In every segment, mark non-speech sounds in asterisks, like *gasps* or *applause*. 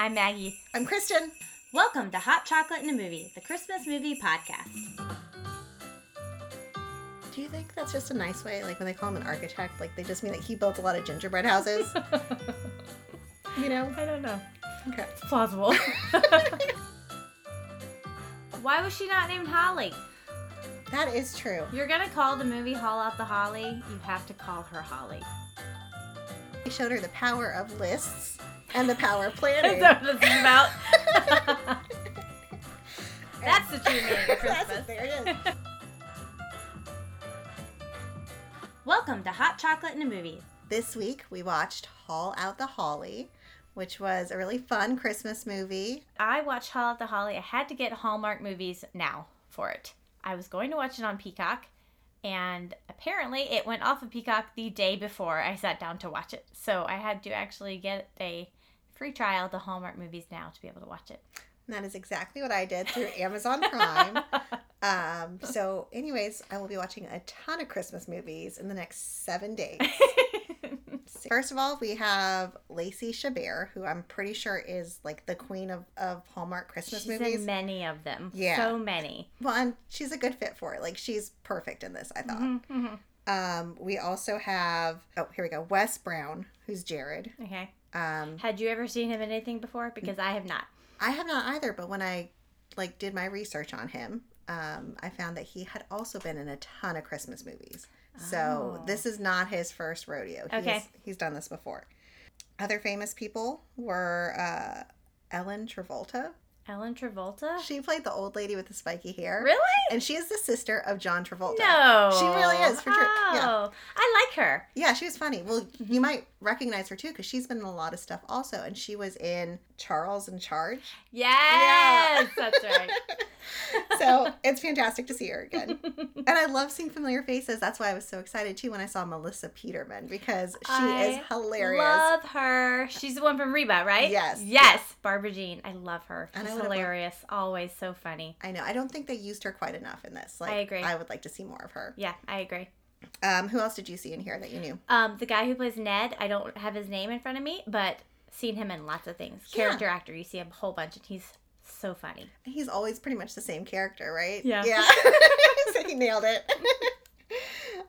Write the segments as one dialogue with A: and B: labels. A: I'm Maggie.
B: I'm Kristen.
A: Welcome to Hot Chocolate and a Movie, the Christmas movie podcast.
B: Do you think that's just a nice way? Like when they call him an architect, like they just mean that he built a lot of gingerbread *laughs* houses. you know?
A: I don't know.
B: Okay.
A: It's plausible. *laughs* Why was she not named Holly?
B: That is true.
A: You're gonna call the movie Haul Out the Holly. You have to call her Holly.
B: They showed her the power of lists and the power *laughs* of planning.
A: Is that what this is about? *laughs* That's the true meaning
B: *laughs*
A: of
B: That's
A: Christmas.
B: it, there it is. *laughs*
A: Welcome to Hot Chocolate and a Movie.
B: This week we watched Haul Out the Holly, which was a really fun Christmas movie.
A: I watched Haul Out the Holly. I had to get Hallmark movies now for it. I was going to watch it on Peacock, and apparently it went off of Peacock the day before I sat down to watch it. So I had to actually get a free trial to Hallmark movies now to be able to watch it.
B: And that is exactly what I did through Amazon Prime. um, so, anyways, I will be watching a ton of Christmas movies in the next seven days. First of all, we have Lacey Chabert, who I'm pretty sure is like the queen of, of Hallmark Christmas
A: She's
B: movies.
A: in many of them.
B: Yeah.
A: So many.
B: Well, and she's a good fit for it. Like she's perfect in this, I thought.
A: Mhm, mhm.
B: Um, we also have oh here we go, Wes Brown, who's Jared.
A: Okay.
B: Um,
A: Had you ever seen him in anything before? Because I have not.
B: I have not either, but when I like did my research on him, um, I found that he had also been in a ton of Christmas movies. So
A: Oh.
B: this is not his first rodeo.
A: Okay.
B: He's, he's done this before. Other famous people were uh, Ellen Travolta.
A: Ellen Travolta?
B: She played the old lady with the spiky hair.
A: Oh. Really?
B: And she is the sister of John Travolta.
A: No.
B: She really is, for sure.
A: Oh,
B: Yeah.
A: I like her.
B: Yeah, she was funny. Well, you might recognize her too because she's been in a lot of stuff also. And she was in Charles in Charge.
A: Yes, that's right. *laughs*
B: So it's fantastic to see her again. and I love seeing familiar faces. That's why I was so excited too when I saw Melissa Peterman because she is
A: I
B: hilarious.
A: Love her. She's the one from Reba, right?
B: Yes.
A: Yes, Barbara Jean. I love her.
B: And I
A: She's
B: would've loved-
A: hilarious. Always so funny.
B: I know. I don't think they used her quite enough in this. Like,
A: I agree.
B: I would like to see more of her.
A: Yeah, I agree.
B: Um, who else did you see in here that you knew?
A: Um, the guy who plays Ned, I don't have his name in front of me, but seen him in lots of things.
B: Yeah.
A: Character actor, you see him a whole bunch, and he's so funny.
B: He's always pretty much the same character, right?
A: Yeah.
B: Yeah. *laughs* so he nailed it. *laughs*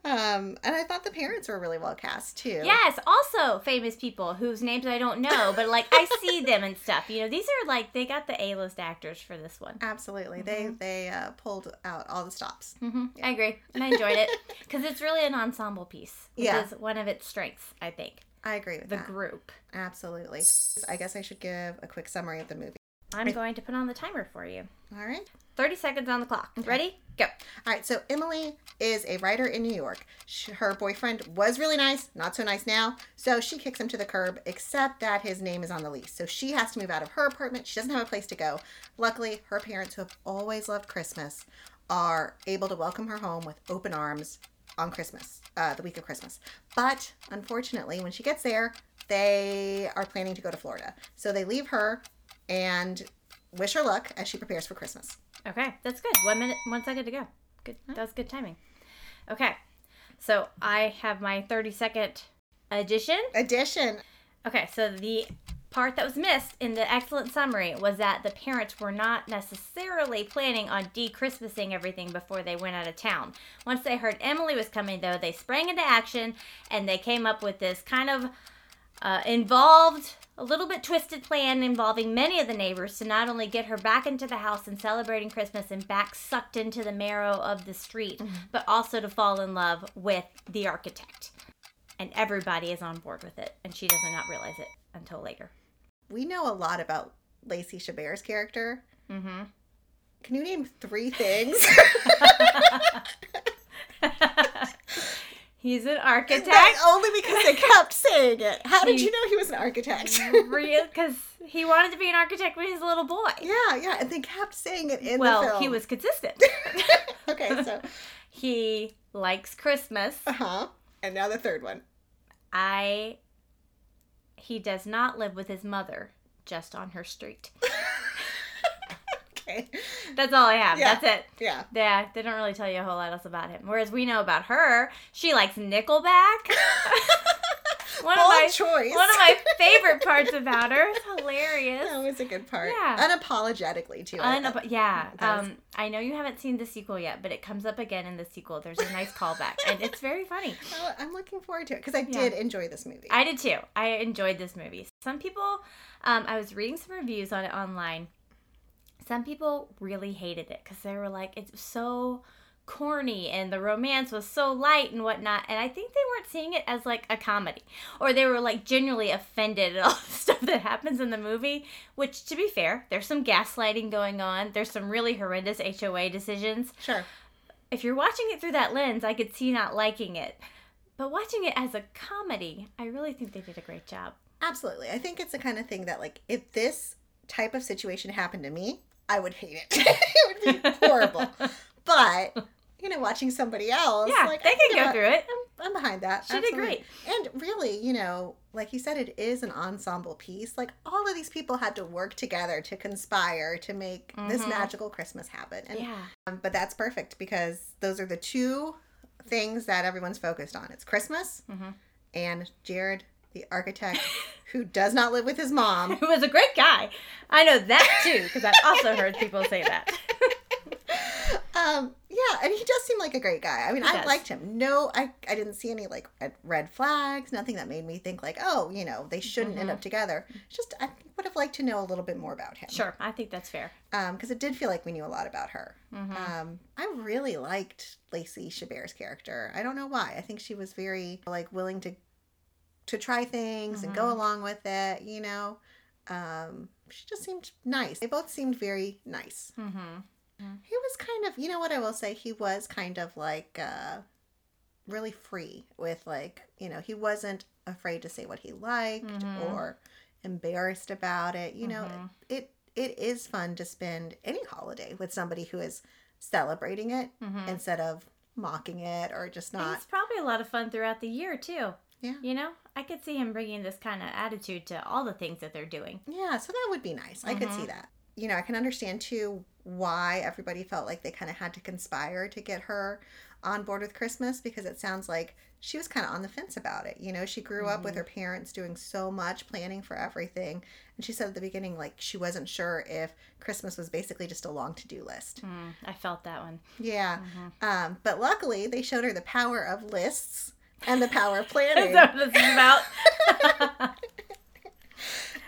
B: um, and I thought the parents were really well cast too.
A: Yes, also famous people whose names I don't know, but like I
B: *laughs*
A: see them and stuff. You know, these are like they got the A-list actors for this one.
B: Absolutely.
A: Mhm.
B: They they uh, pulled out all the stops.
A: hmm I agree, and I enjoyed it because it's really an ensemble piece, which
B: Yeah.
A: is one of its strengths, I think.
B: I agree with
A: The
B: that.
A: group.
B: Absolutely. I guess I should give a quick summary of the movie.
A: I'm
B: I-
A: going to put on the timer for you.
B: All right.
A: 30 seconds on the clock. Ready? Go.
B: All right. So Emily is a writer in New York. Sh her boyfriend was really nice, not so nice now. So she kicks him to the curb, except that his name is on the lease. So she has to move out of her apartment. She doesn't have a place to go. Luckily, her parents, who have always loved Christmas, are able to welcome her home with open arms on Christmas, uh, the week of Christmas. But unfortunately, when she gets there, they are planning to go to Florida. So they leave her and wish her luck as she prepares for Christmas.
A: Okay, that's good. One minute, one second to go. Good. That was good timing. Okay, so I have my 30 second addition.
B: Addition
A: Okay, so the part that was missed in the excellent summary was that the parents were not necessarily planning on de-Christmasing everything before they went out of town. Once they heard Emily was coming, though, they sprang into action and they came up with this kind of uh, involved, a little bit twisted plan involving many of the neighbors to not only get her back into the house and celebrating Christmas and back sucked into the marrow of the street, but also to fall in love with the architect and everybody is on board with it and she does not realize it until later
B: we know a lot about Lacey Chabert's character.
A: mm-hmm
B: Can you name three things?
A: *laughs* he's an architect
B: Not *laughs* only because they kept saying it. How did
A: She-
B: you know he was an architect?
A: because he wanted to be an architect when he was a little boy
B: *laughs* yeah, yeah, and they kept saying it in the
A: well
B: film.
A: he was
B: *laughs*
A: consistent
B: okay,
A: *laughs*
B: so
A: he likes christmas
B: uh huh. And now the third one.
A: i he does not live with his mother just on her street
B: Okay, *laughs*
A: that's all i have
B: Yeah.
A: that's it
B: yeah.
A: yeah they don't really tell you a
B: *laughs*
A: whole lot else about him whereas we know about her she likes nickelback *laughs* One
B: Bold
A: of my
B: choice.
A: one of my favorite parts about her. It's hilarious.
B: *laughs* that was a good part.
A: Yeah.
B: Unapologetically too. I
A: Unab- yeah.
B: That was-
A: Um, I know you haven't seen the sequel yet, but it comes up again in the sequel. There's a nice callback, and it's very funny.
B: Oh, I'm looking forward to it because I
A: Yeah.
B: did enjoy this movie.
A: I did too. I enjoyed this movie. Some people, um, I was reading some reviews on it online. Some people really hated it because they were like, it's so corny and the romance was so light and whatnot. And I think they weren't seeing it as like a comedy or they were like genuinely offended at all the *laughs* stuff that happens in the movie, which to be fair, there's some gaslighting going on. There's some really horrendous HOA decisions
B: sure.
A: if you're watching it through that lens, I could see not liking it. But watching it as a comedy, I really think they did a great job.
B: Absolutely. I think it's the kind of thing that, like, if this type of situation happened to me, I would hate it. *laughs* it would
A: *laughs*
B: be horrible. but, you know, watching somebody else,
A: yeah,
B: like,
A: they
B: I'm
A: can go
B: about-
A: through it.
B: I'm behind that.
A: She did
B: Absolutely. And really, you know, like you said, it is an ensemble piece. Like, all of these people had to work together to conspire to make this
A: Mhm.
B: magical Christmas happen. And,
A: Yeah, *laughs*
B: um, but that's perfect because those are the two things that everyone's focused on it's Christmas
A: Mhm.
B: and Jared, the architect *laughs* who does not live with
A: *laughs*
B: his mom.
A: who was a great guy. I know that too because I've also heard people say
B: *laughs*
A: that.
B: Um, yeah, and he does seem like a great guy. I mean,
A: He
B: I
A: does.
B: liked him. No, I, I didn't see any like red, red flags, nothing that made me think like, oh, you know, they shouldn't end
A: Mhm.
B: up together. It's Just I would have liked to know a little bit more about him.
A: Sure, I think that's fair.
B: Um, because it did feel like we knew a lot about her.
A: hmm
B: Um, I really liked Lacey Chabert's character. I don't know why. I think she was very like willing to to try things and go
A: Mhm.
B: along with it, you know. Um, she just seemed nice. They both seemed very nice.
A: hmm
B: He was kind of, you know what I will say, he was kind of like uh really free with like, you know, he wasn't afraid to say what he liked
A: Mhm.
B: or embarrassed about it. You know,
A: Mhm.
B: it it is fun to spend any holiday with somebody who is celebrating it
A: hmm
B: instead of mocking it or just not.
A: It's probably a lot of fun throughout the year too.
B: Yeah.
A: You know, I could see him bringing this kind of attitude to all the things that they're doing.
B: Yeah, so that would be nice. I could see that. You know, I can understand too why everybody felt like they kind of had to conspire to get her on board with Christmas because it sounds like she was kind of on the fence about it. You know, she grew up with her parents doing so much planning for everything. And she said at the beginning, like, she wasn't sure if Christmas was basically just a long to do
A: *laughs*
B: list.
A: Mm, I felt that one.
B: Yeah.
A: Mhm.
B: Um, but luckily, they showed her the power of lists and the power of planning.
A: That's what this is about. *laughs*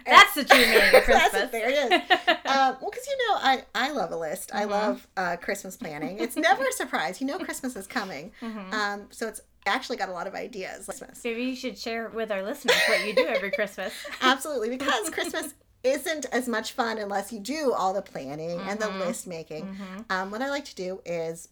A: That's the true meaning of Christmas.
B: *laughs* That's it, there it is.
A: *laughs*
B: um, well, because you know, I, I love a list. I
A: Mhm.
B: love uh, Christmas planning. It's never a surprise. You know, Christmas is coming.
A: Mhm.
B: Um, so it's I actually got a lot of ideas. Christmas.
A: Maybe you should share with our listeners what you do every *laughs* Christmas.
B: Absolutely, because Christmas isn't as much fun unless you do all the planning and the
A: Mhm.
B: list making. Um, what I like to do is,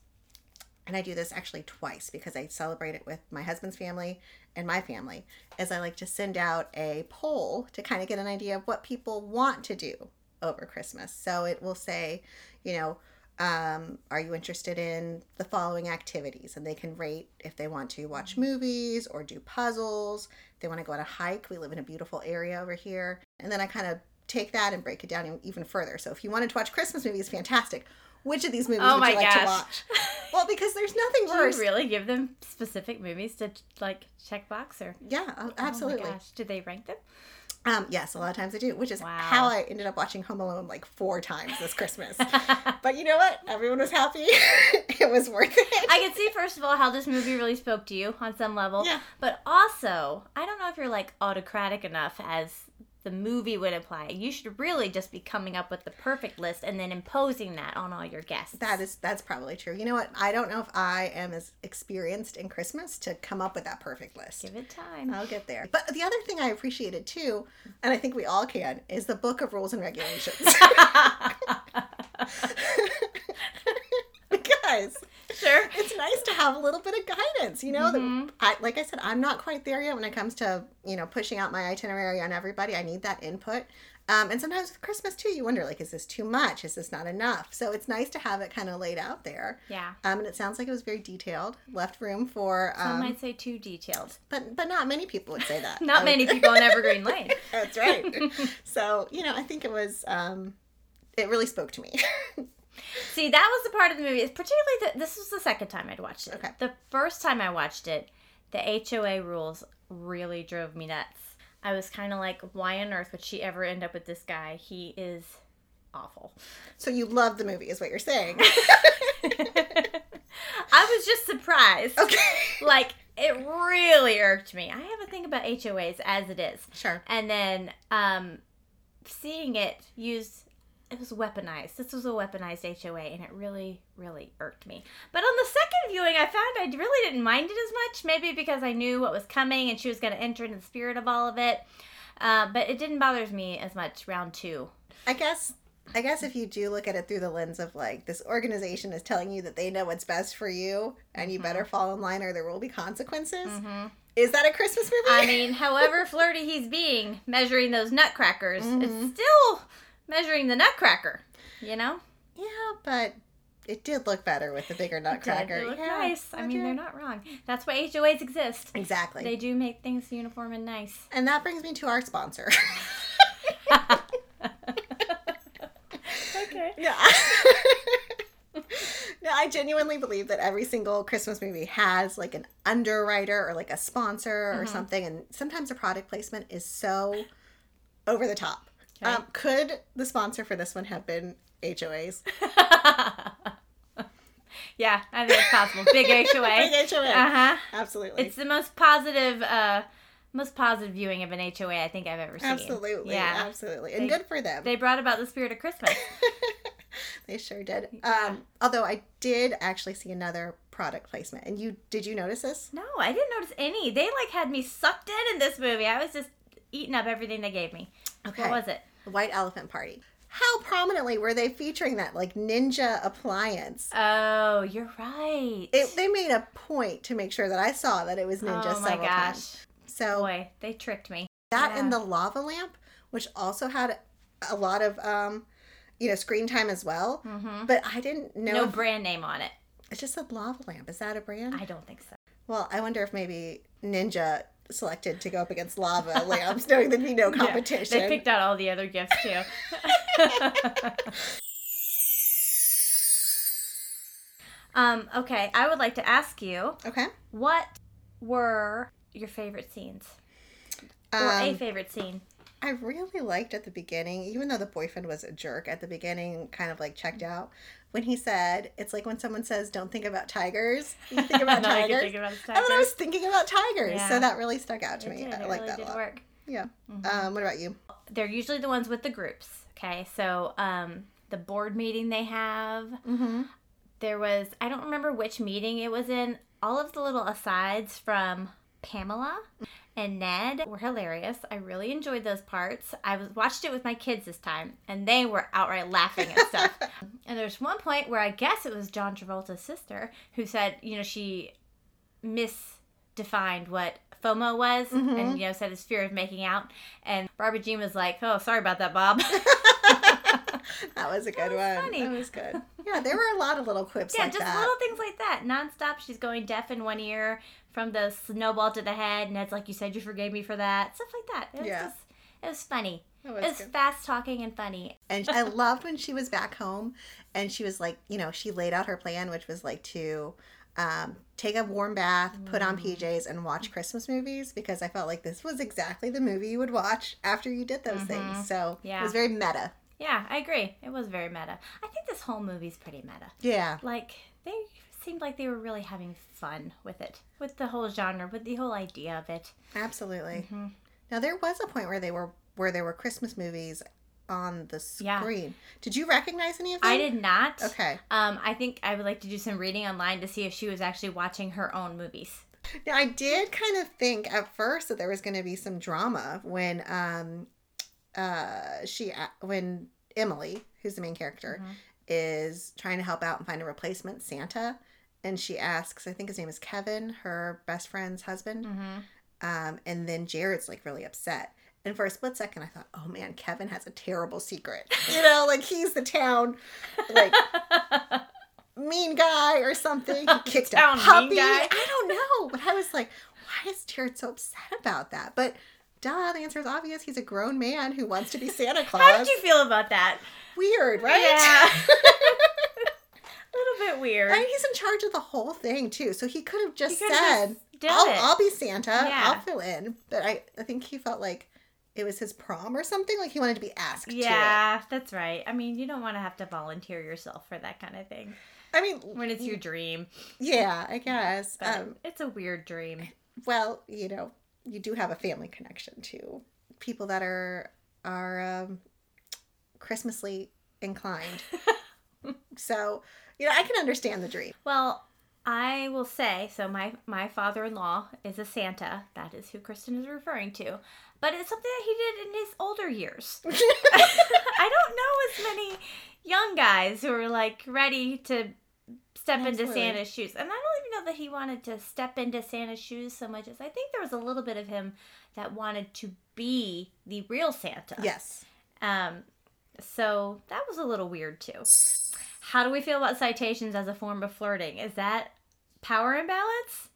B: and I do this actually twice because I celebrate it with my husband's family and my family, is I like to send out a poll to kind of get an idea of what people want to do over Christmas. So it will say, you know, um, are you interested in the following activities? And they can rate if they want to
A: Mm-hmm.
B: watch movies or do puzzles. If they want to go on a hike. We live in a beautiful area over here. And then I kind of take that and break it down even further. So if you wanted to watch Christmas movies, fantastic. Which of these movies
A: Oh
B: would
A: my
B: you like to
A: gosh.
B: watch? Well, because there's nothing
A: Do you
B: worse.
A: really give them specific movies to like check box or?
B: Yeah, oh, absolutely.
A: Oh my gosh, do they rank them?
B: Um, yes, a lot of times I do, which is
A: Wow.
B: how I ended up watching Home Alone like four times
A: *laughs*
B: this Christmas. but you know what? Everyone was happy. *laughs* it was worth it.
A: I can see first of all how this movie really spoke to you on some level,
B: Yeah.
A: but also I don't know if you're like autocratic enough as the movie would imply. You should really just be coming up with the perfect list and then imposing that on all your guests.
B: That is that's probably true. You know what? I don't know if I am as experienced in Christmas to come up with that perfect list.
A: give it time.
B: I'll get there. But the other thing I appreciated too, and I think we all can, is the book of rules and regulations. *laughs* Uh, because
A: sure.
B: it's nice to have a little bit of guidance, you know. that-
A: Mhm.
B: I, like I said, I'm not quite there yet when it comes to you know pushing out my itinerary on everybody. I need that input, um, and sometimes with Christmas too, you wonder like, is this too much? Is this not enough? So it's nice to have it kind of laid out there.
A: Yeah.
B: Um, and it sounds like it was very detailed, left room for,
A: Some
B: um,
A: might say too
B: *laughs*
A: detailed.
B: but but not many people would say that.
A: *laughs* Not
B: I would- *laughs*
A: many people on Evergreen Lane. *laughs*
B: That's right. so you know, I think it was. Um, it really spoke to me.
A: See, that was the part of the movie, particularly the, this was the second time I'd watched it.
B: Okay.
A: The first time I watched it, the HOA rules really drove me nuts. I was kind of like, why on earth would she ever end up with this guy? He is awful. *laughs*
B: So you love the movie, is what you're saying.
A: I was just surprised.
B: Okay.
A: Like, it really irked me. I have a thing about HOAs as it is.
B: Sure.
A: And then um, seeing it used, it was weaponized. This was a weaponized HOA, and it really, really irked me. But on the second viewing, I found I really didn't mind it as much, maybe because I knew what was coming and she was going to enter into the spirit of all of it. Uh, but it didn't bother me as much round two.
B: I guess I guess if you do look at it through the lens of like this organization is telling you that they know what's best for you and you
A: Mhm.
B: better fall in line or there will be consequences.
A: hmm
B: Is that a Christmas movie?
A: I mean, however *laughs* flirty he's being, measuring those nutcrackers,
B: Mhm.
A: it's still measuring the nutcracker, you know?
B: *laughs* yeah, but it did look better with the bigger nutcracker.
A: They look
B: yeah,
A: nice. I mean, they're not wrong. That's why HOAs exist.
B: Exactly.
A: They do make things uniform and nice.
B: And that brings me to our sponsor. *laughs*
A: okay.
B: Yeah. *laughs* no, I genuinely believe that every single Christmas movie has like an underwriter or like a sponsor or
A: Mhm.
B: something, and sometimes the product placement is so over the top.
A: Okay.
B: Um, could the sponsor for this one have been HOAs?
A: *laughs*
B: *laughs*
A: yeah, I think it's possible.
B: *laughs*
A: Big HOA.
B: Big HOA.
A: Uh huh.
B: Absolutely.
A: It's the most positive, uh, most positive viewing of an HOA I think I've ever seen.
B: absolutely.
A: Yeah.
B: Absolutely. And
A: They-
B: good for them.
A: They brought about the spirit of Christmas.
B: They sure did.
A: Yeah.
B: Um, although I did actually see another product placement, and you did you notice this?
A: No, I didn't notice any. They like had me sucked in in this movie. I was just eating up everything they gave me. What was it?
B: The White Elephant Party. How prominently were they featuring that like ninja appliance?
A: Oh, you're right.
B: It, they made a point to make sure that I saw that it was ninja
A: oh my
B: several
A: gosh.
B: times. So
A: Boy, they tricked me.
B: that and
A: yeah.
B: the lava lamp, which also had a lot of um, you know, screen time as well.
A: hmm
B: But I didn't know.
A: no
B: if-
A: brand name on it.
B: it's just a lava lamp. Is that a brand?
A: I don't think so.
B: well, I wonder if maybe Ninja selected to go up against lava lamps, knowing there'd be no
A: *laughs* Yeah,
B: competition.
A: they picked out all the other gifts too. *laughs* um, okay, I would like to ask you
B: okay.
A: what were your favorite scenes or a
B: Um,
A: favorite *laughs* scene?
B: I really liked at the beginning, even though the boyfriend was a jerk at the beginning, kind of like checked
A: Mm-hmm.
B: out, when he said, It's like when someone says, Don't think
A: *laughs*
B: about tigers, you think about
A: Now I can
B: tigers.
A: think about
B: And then I
A: tigers.
B: was thinking about tigers. So
A: Yeah.
B: that really stuck out to
A: It
B: me.
A: did,
B: I
A: it
B: like
A: really
B: that a
A: did
B: lot.
A: work.
B: Yeah.
A: Mhm.
B: Um, what about you?
A: They're usually the ones with the groups. Okay, so um, the board meeting they have.
B: Mm-hmm.
A: There was I don't remember which meeting it was in. All of the little asides from Pamela and Ned were hilarious. I really enjoyed those parts. I was watched it with my kids this time, and they were outright laughing at stuff. and there's one point where I guess it was John Travolta's sister who said, you know, she misdefined what FOMO was,
B: Mhm.
A: and you know, said it's fear of making out. And Barbara Jean was like, "Oh, sorry about that, Bob." *laughs*
B: That was a good
A: was
B: one.
A: funny.
B: That was good.
A: *laughs*
B: Yeah, there were a lot of little quips
A: Yeah,
B: like
A: just
B: that.
A: little things like that. Nonstop, she's going deaf in one ear from the snowball to the head, and it's like you said you forgave me for that. Stuff like that. It was
B: Yeah.
A: just it was funny.
B: That
A: it
B: was
A: was
B: good.
A: fast talking and funny.
B: And I loved when she was back home and she was like, you know, she laid out her plan, which was like to um, take a warm bath, put
A: Mm.
B: on PJs, and watch Christmas movies because I felt like this was exactly the movie you would watch after you did those things. So it
A: Mm-hmm. Yeah.
B: was very meta.
A: Yeah, I agree. It was very meta. I think this whole movie's pretty meta.
B: Yeah.
A: Like they seemed like they were really having fun with it, with the whole genre, with the whole idea of it.
B: Absolutely.
A: Mhm.
B: Now there was a point where they were where there were Christmas movies on the
A: Yeah.
B: screen. Did you recognize any of them?
A: I did not.
B: Okay.
A: Um, I think I would like to do some reading online to see if she was actually watching her own movies.
B: Now I did kind of think at first that there was going to be some drama when um uh she a- when Emily, who's the main character,
A: Mhm.
B: is trying to help out and find a replacement Santa and she asks, I think his name is Kevin, her best friend's husband.
A: Mm-hmm.
B: Um, and then Jared's like really upset. And for a split second, I thought, oh man, Kevin has a terrible secret. *laughs* You know, like he's the town, like
A: *laughs*
B: mean guy or something. He kicked
A: Town
B: a
A: mean
B: puppy.
A: guy.
B: I don't know, but I was like, why is Jared so upset about that? But duh, the answer is obvious. He's a grown man who wants to be Santa Claus.
A: *laughs* How did you feel about that?
B: Weird, right? *laughs*
A: Yeah. a little bit weird.
B: And he's in charge of the whole thing too, so he could have
A: He
B: just
A: could
B: said,
A: have just do
B: I'll,
A: it.
B: I'll be Santa.
A: Yeah.
B: I'll fill in. But I, I think he felt like it was his prom or something. Like he wanted to be asked to
A: yeah, that's right. I mean, you don't want to have to volunteer yourself for that kind of thing
B: it. I mean,
A: when it's your dream.
B: yeah, I guess.
A: But
B: um,
A: it's a weird dream.
B: well, you know, you do have a family connection to people that are are um, Christmasly inclined.
A: *laughs*
B: so, you know, I can understand the
A: *laughs*
B: dream.
A: Well, I will say so. My my father in law is a Santa. That is who Kristen is referring to. But it's something that he did in his older years. I don't know as many young guys who are like ready to step into
B: Absolutely.
A: Santa's shoes. And I don't even know that he wanted to step into Santa's shoes so much as I think there was a little bit of him that wanted to be the real Santa.
B: yes.
A: Um, so that was a little weird too. How do we feel about citations as a form of flirting? Is that power imbalance?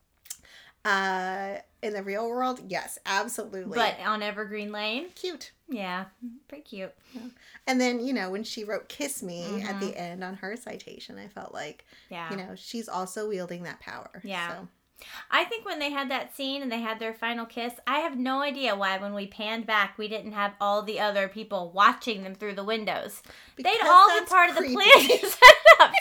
B: Uh, in the real world, yes, absolutely.
A: But on Evergreen Lane,
B: cute.
A: yeah, pretty cute.
B: And then, you know, when she wrote Kiss Me at
A: Mhm.
B: the end on her citation, I felt like,
A: Yeah,
B: you know, she's also wielding that power.
A: Yeah.
B: So,
A: I think when they had that scene and they had their final kiss, I have no idea why when we panned back, we didn't have all the other people watching them through the windows. They'd
B: because
A: all been
B: that's
A: part of the
B: creepy.
A: planning setup.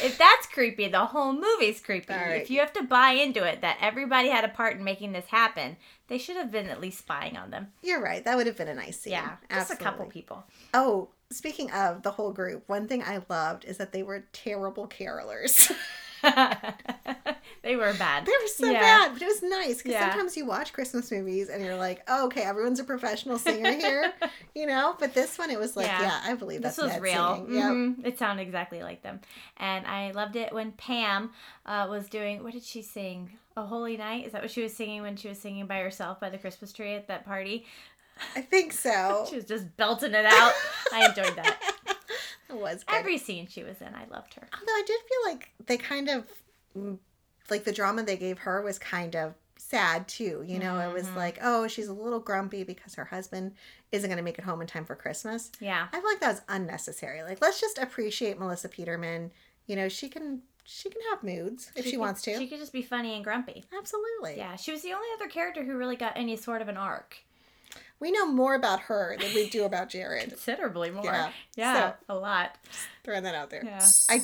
A: if that's creepy, the whole movie's creepy.
B: All right.
A: If you have to buy into it that everybody had a part in making this happen, they should have been at least spying on them.
B: *laughs* You're right. That would have been a nice scene.
A: Yeah, just a couple
B: Absolutely.
A: people.
B: Oh, speaking of the whole group, one thing I loved is that they were terrible carolers. *laughs*
A: *laughs* they were bad.
B: they were so
A: Yeah.
B: bad, but it was nice because
A: Yeah.
B: sometimes you watch Christmas movies and you're like, oh, okay, everyone's a professional singer
A: *laughs*
B: here, you know. But this one, it was like,
A: Yeah.
B: yeah, I believe
A: This
B: that's
A: was
B: Ned
A: real.
B: singing. Yep.
A: Mhm. It sounded exactly like them, and I loved it when Pam uh, was doing. What did she sing? A Holy Night. Is that what she was singing when she was singing by herself by the Christmas tree at that party?
B: I think so.
A: She *laughs* was just belting it
B: *laughs*
A: out. I enjoyed that.
B: it was good.
A: Every scene she was in, I loved her.
B: Although I did feel like they kind of, mm, like the drama they gave her was kind of sad too. You know, it was
A: Mhm.
B: like, oh, she's a little grumpy because her husband isn't going to make it home in time for Christmas.
A: Yeah.
B: I feel like that was unnecessary. Like, let's just appreciate Melissa Peterman. You know, she can she can have moods if she,
A: could-
B: wants to.
A: She could just be funny and grumpy.
B: Absolutely.
A: Yeah. She was the only other character who really got any sort of an arc.
B: We know more about her than we do about
A: *laughs*
B: Jared.
A: Considerably more. Yeah.
B: Yeah.
A: a lot.
B: Throwing that out there.
A: Yeah.
B: I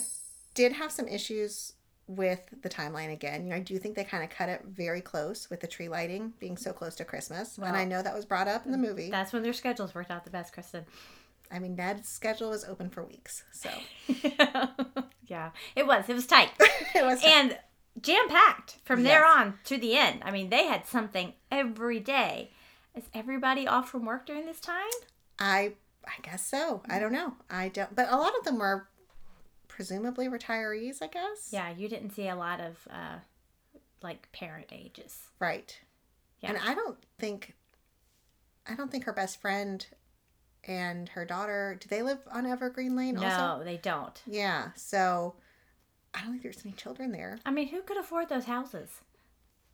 B: did have some issues with the timeline again. You know, I do think they kind of cut it very close with the tree lighting being so close to Christmas.
A: Well- mm,
B: and I know that was brought up in the movie.
A: That's when their schedules worked out the best, Kristen. *laughs*
B: I mean, Ned's schedule was open for weeks. So *laughs*
A: yeah. It was. It was tight.
B: it was.
A: *laughs* and jam packed from there
B: Yes.
A: on to the end. I mean, they had something every day. Is everybody off from work during this time?
B: I I guess so. I don't know. I don't. But a lot of them were presumably retirees, I guess.
A: Yeah, you didn't see a lot of uh, like parent ages.
B: Right.
A: Yeah.
B: And I don't think I don't think her best friend and her daughter, do they live on Evergreen Lane
A: No,
B: also?
A: they don't.
B: Yeah. So I don't think there's any children there.
A: I mean, who could afford those houses?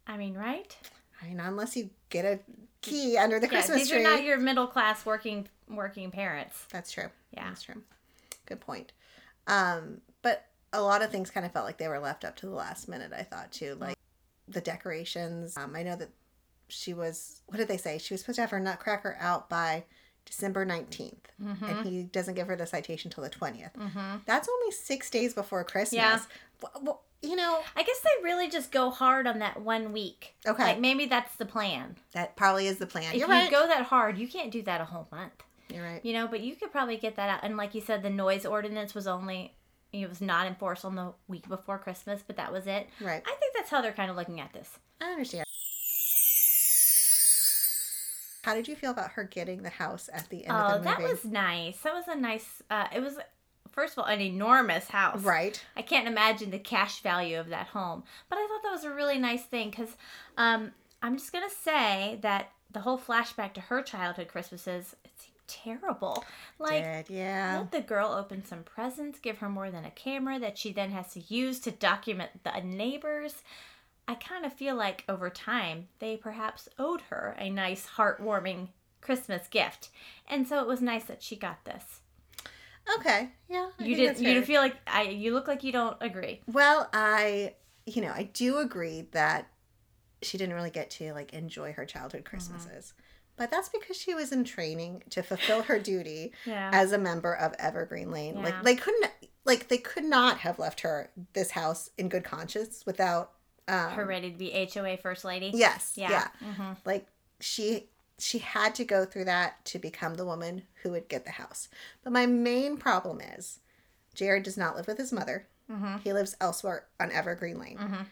A: I mean, right?
B: I mean, unless you get a key under the
A: yeah,
B: Christmas
A: these
B: tree.
A: are not your middle class working working parents.
B: That's true.
A: Yeah.
B: That's true. Good point. Um, but a lot of things kind of felt like they were left up to the last minute, I thought too. Like the decorations. Um, I know that she was what did they say? She was supposed to have her nutcracker out by December 19th
A: Mm-hmm.
B: and he doesn't give her the citation till the twentieth.
A: Mm-hmm.
B: That's only six days before Christmas.
A: Yeah.
B: Wh- wh- you know
A: I guess they really just go hard on that one week.
B: Okay.
A: Like maybe that's the plan.
B: that probably is the plan.
A: if
B: You're
A: you
B: right.
A: go that hard, you can't do that a whole month.
B: You're right.
A: You know, but you could probably get that out. And like you said, the noise ordinance was only it was not enforced on the week before Christmas, but that was it.
B: Right.
A: I think that's how they're kind of looking at this.
B: I understand. How did you feel about her getting the house at the end
A: Oh,
B: of the
A: that
B: movie?
A: was nice. That was a nice. Uh, it was first of all an enormous house.
B: right.
A: I can't imagine the cash value of that home, but I thought that was a really nice thing because um, I'm just gonna say that the whole flashback to her childhood Christmases it seemed terrible. Like
B: Did, yeah.
A: Let the girl open some presents, give her more than a camera that she then has to use to document the neighbors. I kind of feel like over time they perhaps owed her a nice, heartwarming Christmas gift, and so it was nice that she got this.
B: Okay. Yeah. I
A: you
B: think
A: didn't.
B: that's
A: You
B: fair.
A: feel like I. You look like you don't agree.
B: Well, I you know, I do agree that she didn't really get to like enjoy her childhood Christmases. But that's because she was in training to fulfill her duty
A: Yeah.
B: as a member of Evergreen Lane.
A: Yeah.
B: Like they couldn't like they could not have left her this house in good conscience without um
A: Her ready to be HOA first lady.
B: Yes.
A: Yeah.
B: yeah.
A: hmm
B: Like she she had to go through that to become the woman who would get the house. But my main problem is Jared does not live with his mother.
A: hmm
B: He lives elsewhere on Evergreen Lane.
A: Mhm.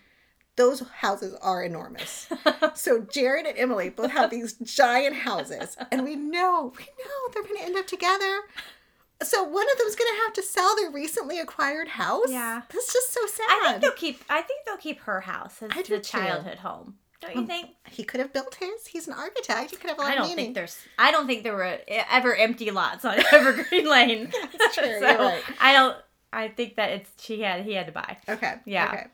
B: Those houses are enormous. so Jared and Emily both have these giant houses, and we know, we know they're going to end up together. So one of them's going to have to sell their recently acquired house.
A: Yeah.
B: that's just so sad.
A: *laughs* I think they'll keep. I think they'll keep her house as
B: I do
A: the
B: too.
A: childhood home. Don't you
B: Um,
A: think?
B: he could have built his. He's an architect. He could have a lot
A: I
B: of
A: don't
B: meaning.
A: think there's. I don't think there were e, ever empty lots on *laughs* Evergreen Lane. *laughs*
B: That's true, you're right.
A: I don't. I think that it's she had. He had to buy.
B: Okay.
A: Yeah.
B: Okay.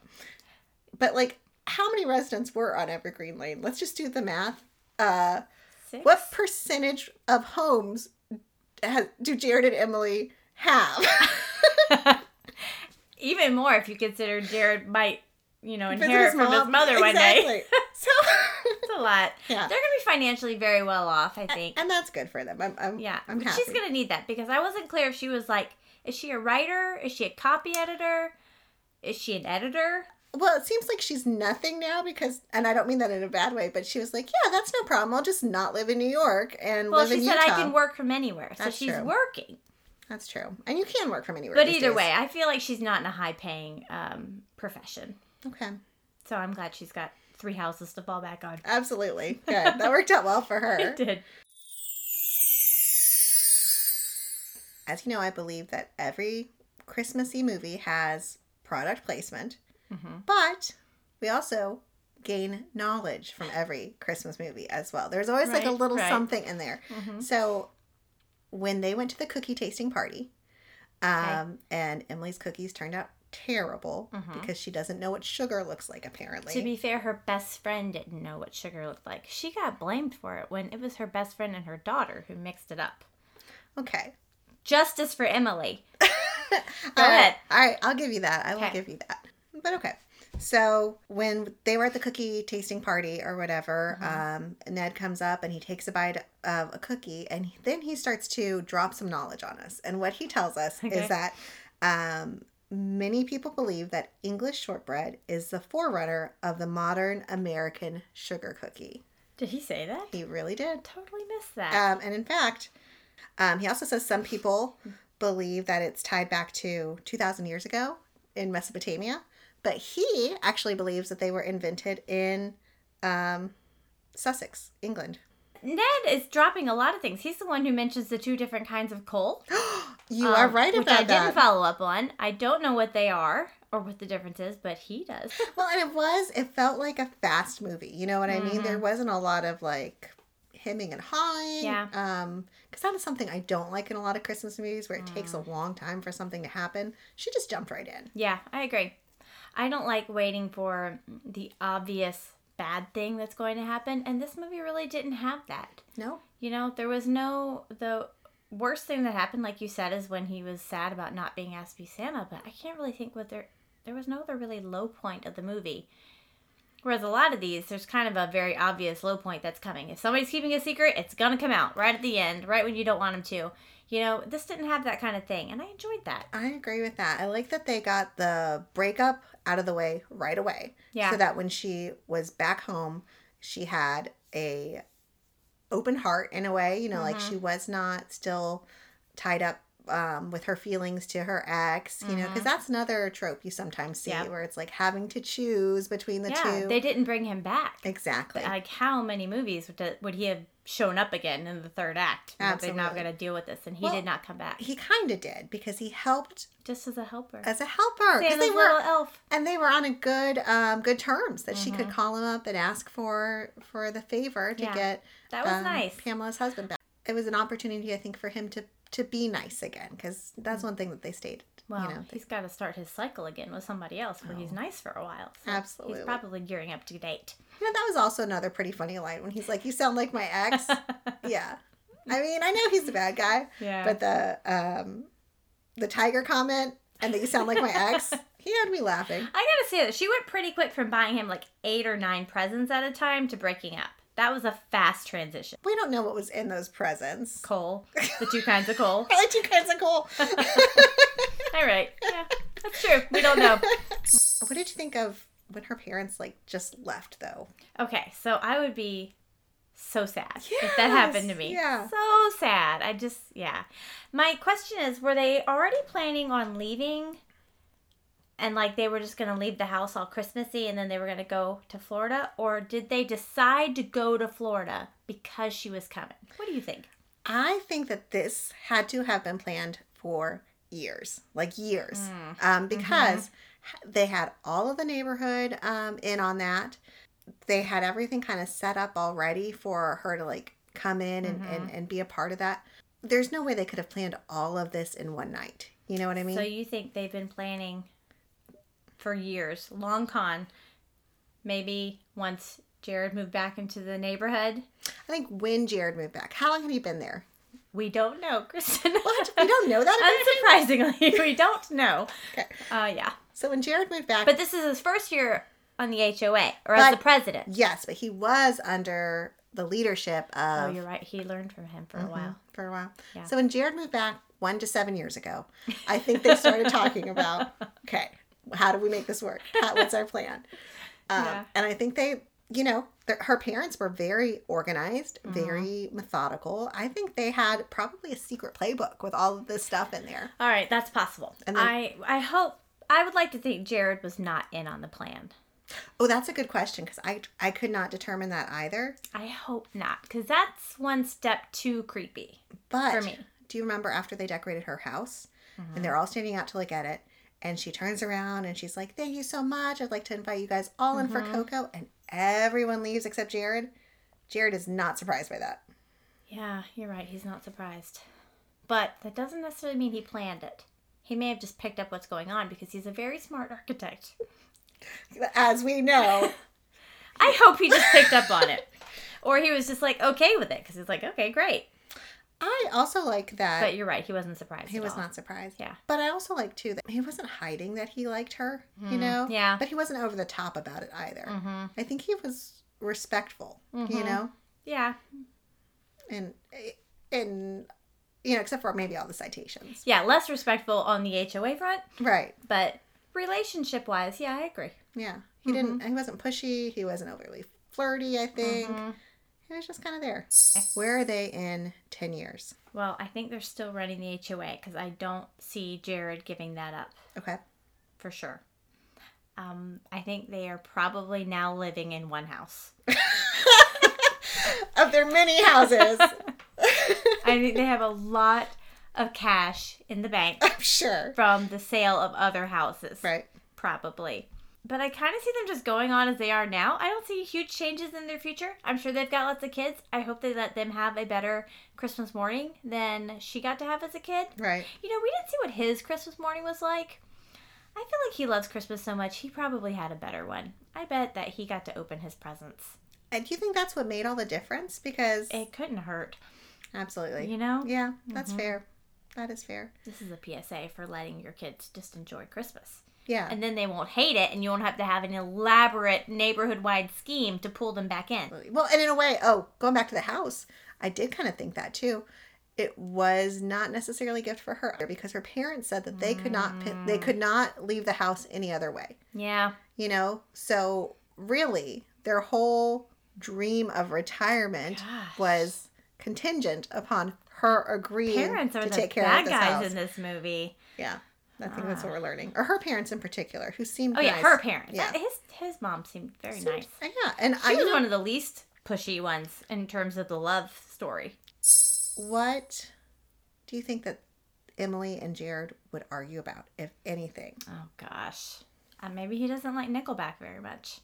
B: But like, how many residents were on Evergreen Lane? Let's just do the math. Uh,
A: Six?
B: what percentage of homes ha- do Jared and Emily have? *laughs*
A: Even more if you consider Jared might, you know,
B: Visit
A: inherit from his
B: mom?
A: mother one day.
B: Exactly. So,
A: It's a lot.
B: yeah.
A: They're gonna be financially very well off. *laughs* I think.
B: And that's good for them. I'm, I'm
A: Yeah,
B: I'm
A: but
B: happy.
A: she's gonna need that because I wasn't clear if she was like, is she a writer? Is she a copy editor? Is she an editor?
B: Well, it seems like she's nothing now because, and I don't mean that in a bad way, but she was like, "Yeah, that's no problem. I'll just not live in New York and
A: Well,
B: live
A: she
B: in
A: said
B: Utah."
A: I can work from anywhere, so
B: That's
A: she's
B: true.
A: working.
B: That's true, and you can work from anywhere.
A: But
B: these
A: either
B: days.
A: way, I feel like she's not in a high-paying um, profession,
B: okay,
A: so I'm glad she's got three houses to fall back on. *laughs*
B: absolutely good. that worked out well for her.
A: It did.
B: As you know, I believe that every Christmassy movie has product placement,
A: hmm
B: but we also gain knowledge from every Christmas movie as well. There's always like a
A: Right,
B: little
A: right.
B: something in there.
A: hmm
B: So when they went to the cookie tasting party, um, and Emily's cookies turned out terrible
A: Mhm.
B: because she doesn't know what sugar looks like apparently.
A: To be fair, her best friend didn't know what sugar looked like. She got blamed for it when it was her best friend and her daughter who mixed it up.
B: okay.
A: Justice for Emily. Go
B: All right.
A: ahead.
B: All right, I'll give you that. I will
A: Okay.
B: give you that. But okay. So when they were at the cookie tasting party or whatever,
A: Mm-hmm.
B: um, Ned comes up and he takes a bite of a cookie, and he- then he starts to drop some knowledge on us. And what he tells us
A: Okay.
B: is that um, many people believe that English shortbread is the forerunner of the modern American sugar cookie.
A: Did he say that?
B: He really did.
A: Totally missed that.
B: Um, and in fact, um, he also says some people believe that it's tied back to 2,000 years ago in Mesopotamia, but he actually believes that they were invented in um, Sussex, England.
A: Ned is dropping a lot of things. He's the one who mentions the two different kinds of coal.
B: *gasps* you
A: um,
B: are right
A: which
B: about
A: I
B: that.
A: didn't follow up on. I don't know what they are or what the difference is, but he does.
B: well, and it was, it felt like a fast movie. You know what I
A: Mm-hmm.
B: mean? There wasn't a lot of like hemming and hawing.
A: Yeah.
B: Um, because that is something I don't like in a lot of Christmas movies where it takes a
A: Mm.
B: long time for something to happen. She just jumped right in.
A: yeah, I agree. I don't like waiting for the obvious bad thing that's going to happen, and this movie really didn't have that.
B: No.
A: You know, there was no the worst thing that happened, like you said, is when he was sad about not being asked to be Santa. But I can't really think what there there was no other really low point of the movie. Whereas a lot of these, there's kind of a very obvious low point that's coming. If somebody's keeping a secret, it's gonna come out right at the end, right when you don't want them to. You know, this didn't have that kind of thing, and I enjoyed that.
B: I agree with that. I like that they got the breakup out of the way right away.
A: Yeah.
B: So that when she was back home, she had a open heart in a way, you know, like
A: Mm-hmm.
B: she was not still tied up um, with her feelings to her ex, you know, 'cause know, because
A: Mm-hmm.
B: that's another trope you sometimes see
A: Yeah.
B: where it's like having to choose between the
A: yeah,
B: two.
A: they didn't bring him back.
B: exactly.
A: Like how many movies would, would he have shown up again in the third act? That They're not
B: Absolutely.
A: gonna deal with this, and he
B: Well,
A: did not come back.
B: he kind of did because he helped
A: Just as a helper,
B: as a helper
A: Santa's
B: because they were
A: little elf.
B: and they were on a good um, good terms that she could call him up and ask for for the favor to
A: Mm-hmm. Yeah.
B: get
A: That was
B: um,
A: nice.
B: Pamela's husband back. It was an opportunity, I think, for him to to be nice again because that's one thing that they stated.
A: Well,
B: you know, they- Oh.
A: he's got to start his cycle again with somebody else where he's nice for a while. So
B: Absolutely.
A: He's probably gearing up to date.
B: you know, that was also another pretty funny line when he's like, "You sound like my
A: *laughs*
B: ex." yeah, I mean, I know he's a bad guy,
A: Yeah. *laughs*
B: but the um, the tiger comment and that you sound like my ex. He had me laughing.
A: I gotta say that she went pretty quick from buying him like eight or nine presents at a time to breaking up. That was a fast transition.
B: We don't know what was in those presents.
A: Coal, the two kinds of
B: *laughs*
A: coal.
B: Probably two kinds of coal.
A: All right, yeah, that's true. We don't know.
B: what did you think of when her parents like just left though?
A: Okay, so I would be so sad if that happened to
B: Yes,
A: me.
B: yeah.
A: So sad. I just, yeah. My question is were they already planning on leaving and like they were just going to leave the house all Christmassy and then they were going to go to Florida? Or did they decide to go to Florida because she was coming? What do you think?
B: I think that this had to have been planned for years, like years,
A: Mm. Mm-hmm.
B: um, because they had all of the neighborhood um, in on that. They had everything kind of set up already for her to like come in and, and,
A: Mm-hmm.
B: and be a part of that. There's no way they could have planned all of this in one night. You know what I mean?
A: So you think they've been planning for years, long con, maybe once Jared moved back into the neighborhood?
B: I think when Jared moved back, how long had he been there?
A: We don't know, *laughs* Kristen.
B: What? We don't know
A: *laughs*
B: that. about him?
A: Unsurprisingly, we don't *laughs* know.
B: Okay.
A: Uh, yeah.
B: So when Jared moved back,
A: But this is his first year on the HOA or as
B: But-
A: the president.
B: yes, but he was under the leadership
A: Oh,
B: of
A: you're right. He learned from him for a while.
B: for a while.
A: Yeah.
B: So when Jared moved back one to seven years ago, I think they started talking about
A: *laughs*
B: okay, how do we make this work? How, what's our plan? Um,
A: Yeah.
B: And I think they, you know, their, her parents were very organized,
A: Mm-hmm.
B: very methodical. I think they had probably a secret playbook with all of this stuff in
A: *laughs*
B: there.
A: All right, that's possible.
B: And then-
A: I I hope I would like to think Jared was not in on the plan.
B: Oh, that's a good question because I I could not determine that either.
A: I hope not, because that's one step too creepy.
B: But
A: For me. Mm-hmm.
B: do you remember after they decorated her house and they're all standing out to look at it? And she turns around and she's like, Thank you so much. I'd like to invite you guys all in for
A: Mm-hmm.
B: Coco. And everyone leaves except Jared. Jared is not surprised by that.
A: Yeah, you're right. He's not surprised. But that doesn't necessarily mean he planned it. He may have just picked up what's going on because he's a very smart architect.
B: As
A: *laughs*
B: we know,
A: I hope he just picked up on it. Or he was just like okay with it because he's like, okay, great.
B: I also like that
A: But you're right, he wasn't surprised.
B: he
A: at
B: was
A: all.
B: not surprised.
A: Yeah.
B: But I also like, too, that he wasn't hiding that he liked her, you know?
A: Mm-hmm. yeah.
B: But he wasn't over the top about it either.
A: Mhm.
B: I think he was respectful, you
A: Mhm.
B: know?
A: Yeah,
B: And, and, you know, except for maybe all the citations.
A: yeah, less respectful on the HOA front,
B: Right.
A: but relationship wise, yeah, I agree.
B: Yeah. He didn't
A: Mm-hmm.
B: he wasn't pushy, he wasn't overly flirty, I think.
A: Mm-hmm.
B: He was just kind of there.
A: Eh.
B: Where are they in 10 years?
A: Well, I think they're still running the HOA because I don't see Jared giving that up
B: Okay.
A: for sure. Um, I think they are probably now living in one house.
B: Of their many
A: *laughs*
B: houses.
A: I think they have a lot of cash in the bank
B: I'm sure.
A: from the sale of other houses.
B: Right.
A: probably. But I kind of see them just going on as they are now. I don't see huge changes in their future. I'm sure they've got lots of kids. I hope they let them have a better Christmas morning than she got to have as a kid.
B: Right.
A: You know, we didn't see what his Christmas morning was like. I feel like he loves Christmas so much, he probably had a better one. I bet that he got to open his presents.
B: And do you think that's what made all the difference? Because
A: It couldn't hurt,
B: absolutely.
A: you know? Mm-hmm.
B: Yeah, that's fair. That is fair.
A: This is a PSA for letting your kids just enjoy Christmas.
B: Yeah.
A: And then they won't hate it, and you won't have to have an elaborate neighborhood wide scheme to pull them back in.
B: Well, and in a way, oh, going back to the house, I did kind of think that too. It was not necessarily a gift for her because her parents said that they could not pi- they
A: Mm.
B: could not leave the house any other way.
A: Yeah.
B: You know, so really, their whole dream of retirement
A: Gosh.
B: was contingent upon her agreeing
A: parents are
B: to
A: the
B: take care of
A: bad
B: this
A: guys
B: house.
A: in this movie.
B: yeah, I think that's what we're learning, or her parents in particular, who seemed
A: Oh yeah,
B: nice.
A: her parents.
B: Yeah.
A: Uh, His his mom seemed very nice.
B: Yeah, and I
A: She was
B: know-
A: one of the least pushy ones in terms of the love story.
B: What do you think that Emily and Jared would argue about, if anything?
A: Oh gosh, uh, maybe he doesn't like Nickelback very much.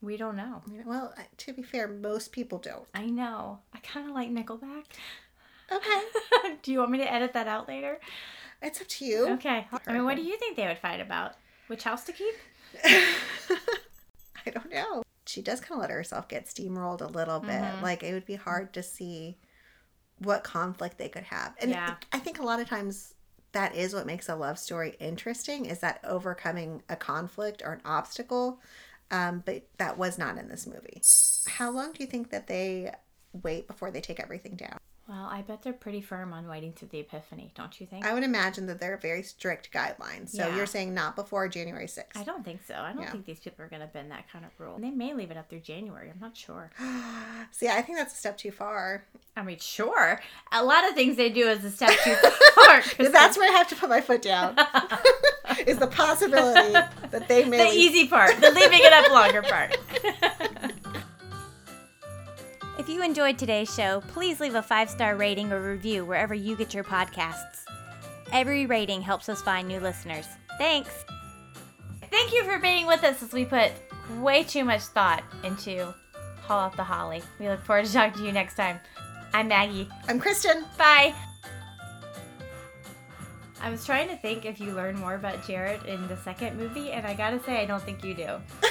A: We don't know.
B: You know, well, I- to be fair, most people don't.
A: I know. I kind of like Nickelback. *laughs*
B: Okay,
A: do you want me to edit that out later?
B: it's up to you.
A: Okay. I mean, what do you think they would fight about? Which house to keep?
B: *laughs* I don't know. She does kind of let herself get steamrolled a little bit.
A: Mm-hmm.
B: Like it would be hard to see what conflict they could have, and
A: Yeah.
B: I think a lot of times that is what makes a love story interesting is that overcoming a conflict or an obstacle. Um, but that was not in this movie. How long do you think that they wait before they take everything down?
A: Well, I bet they're pretty firm on waiting to the epiphany, don't you think?
B: I would imagine that they're very strict guidelines. So
A: Yeah.
B: you're saying not before January 6th.
A: I don't think so. I don't
B: Yeah.
A: think these people are going to bend that kind of rule. They may leave it up through January. I'm not sure.
B: *gasps* See, I think that's a step too far.
A: I mean, sure. A lot of things they do is a step
B: *laughs*
A: too far. 'cause
B: That's where I have to put my
A: *laughs*
B: foot down. *laughs* is the possibility that they may
A: the easy part, the leaving it up longer part. *laughs* if you enjoyed today's show, please leave a five star rating or review wherever you get your podcasts. Every rating helps us find new listeners. Thanks. Thank you for being with us as we put way too much thought into Haul Out the Holly. We look forward to talking to you next time. I'm Maggie.
B: I'm Kristen.
A: Bye. I was trying to think if you learn more about Jared in the second movie, and I gotta say, I don't think you do.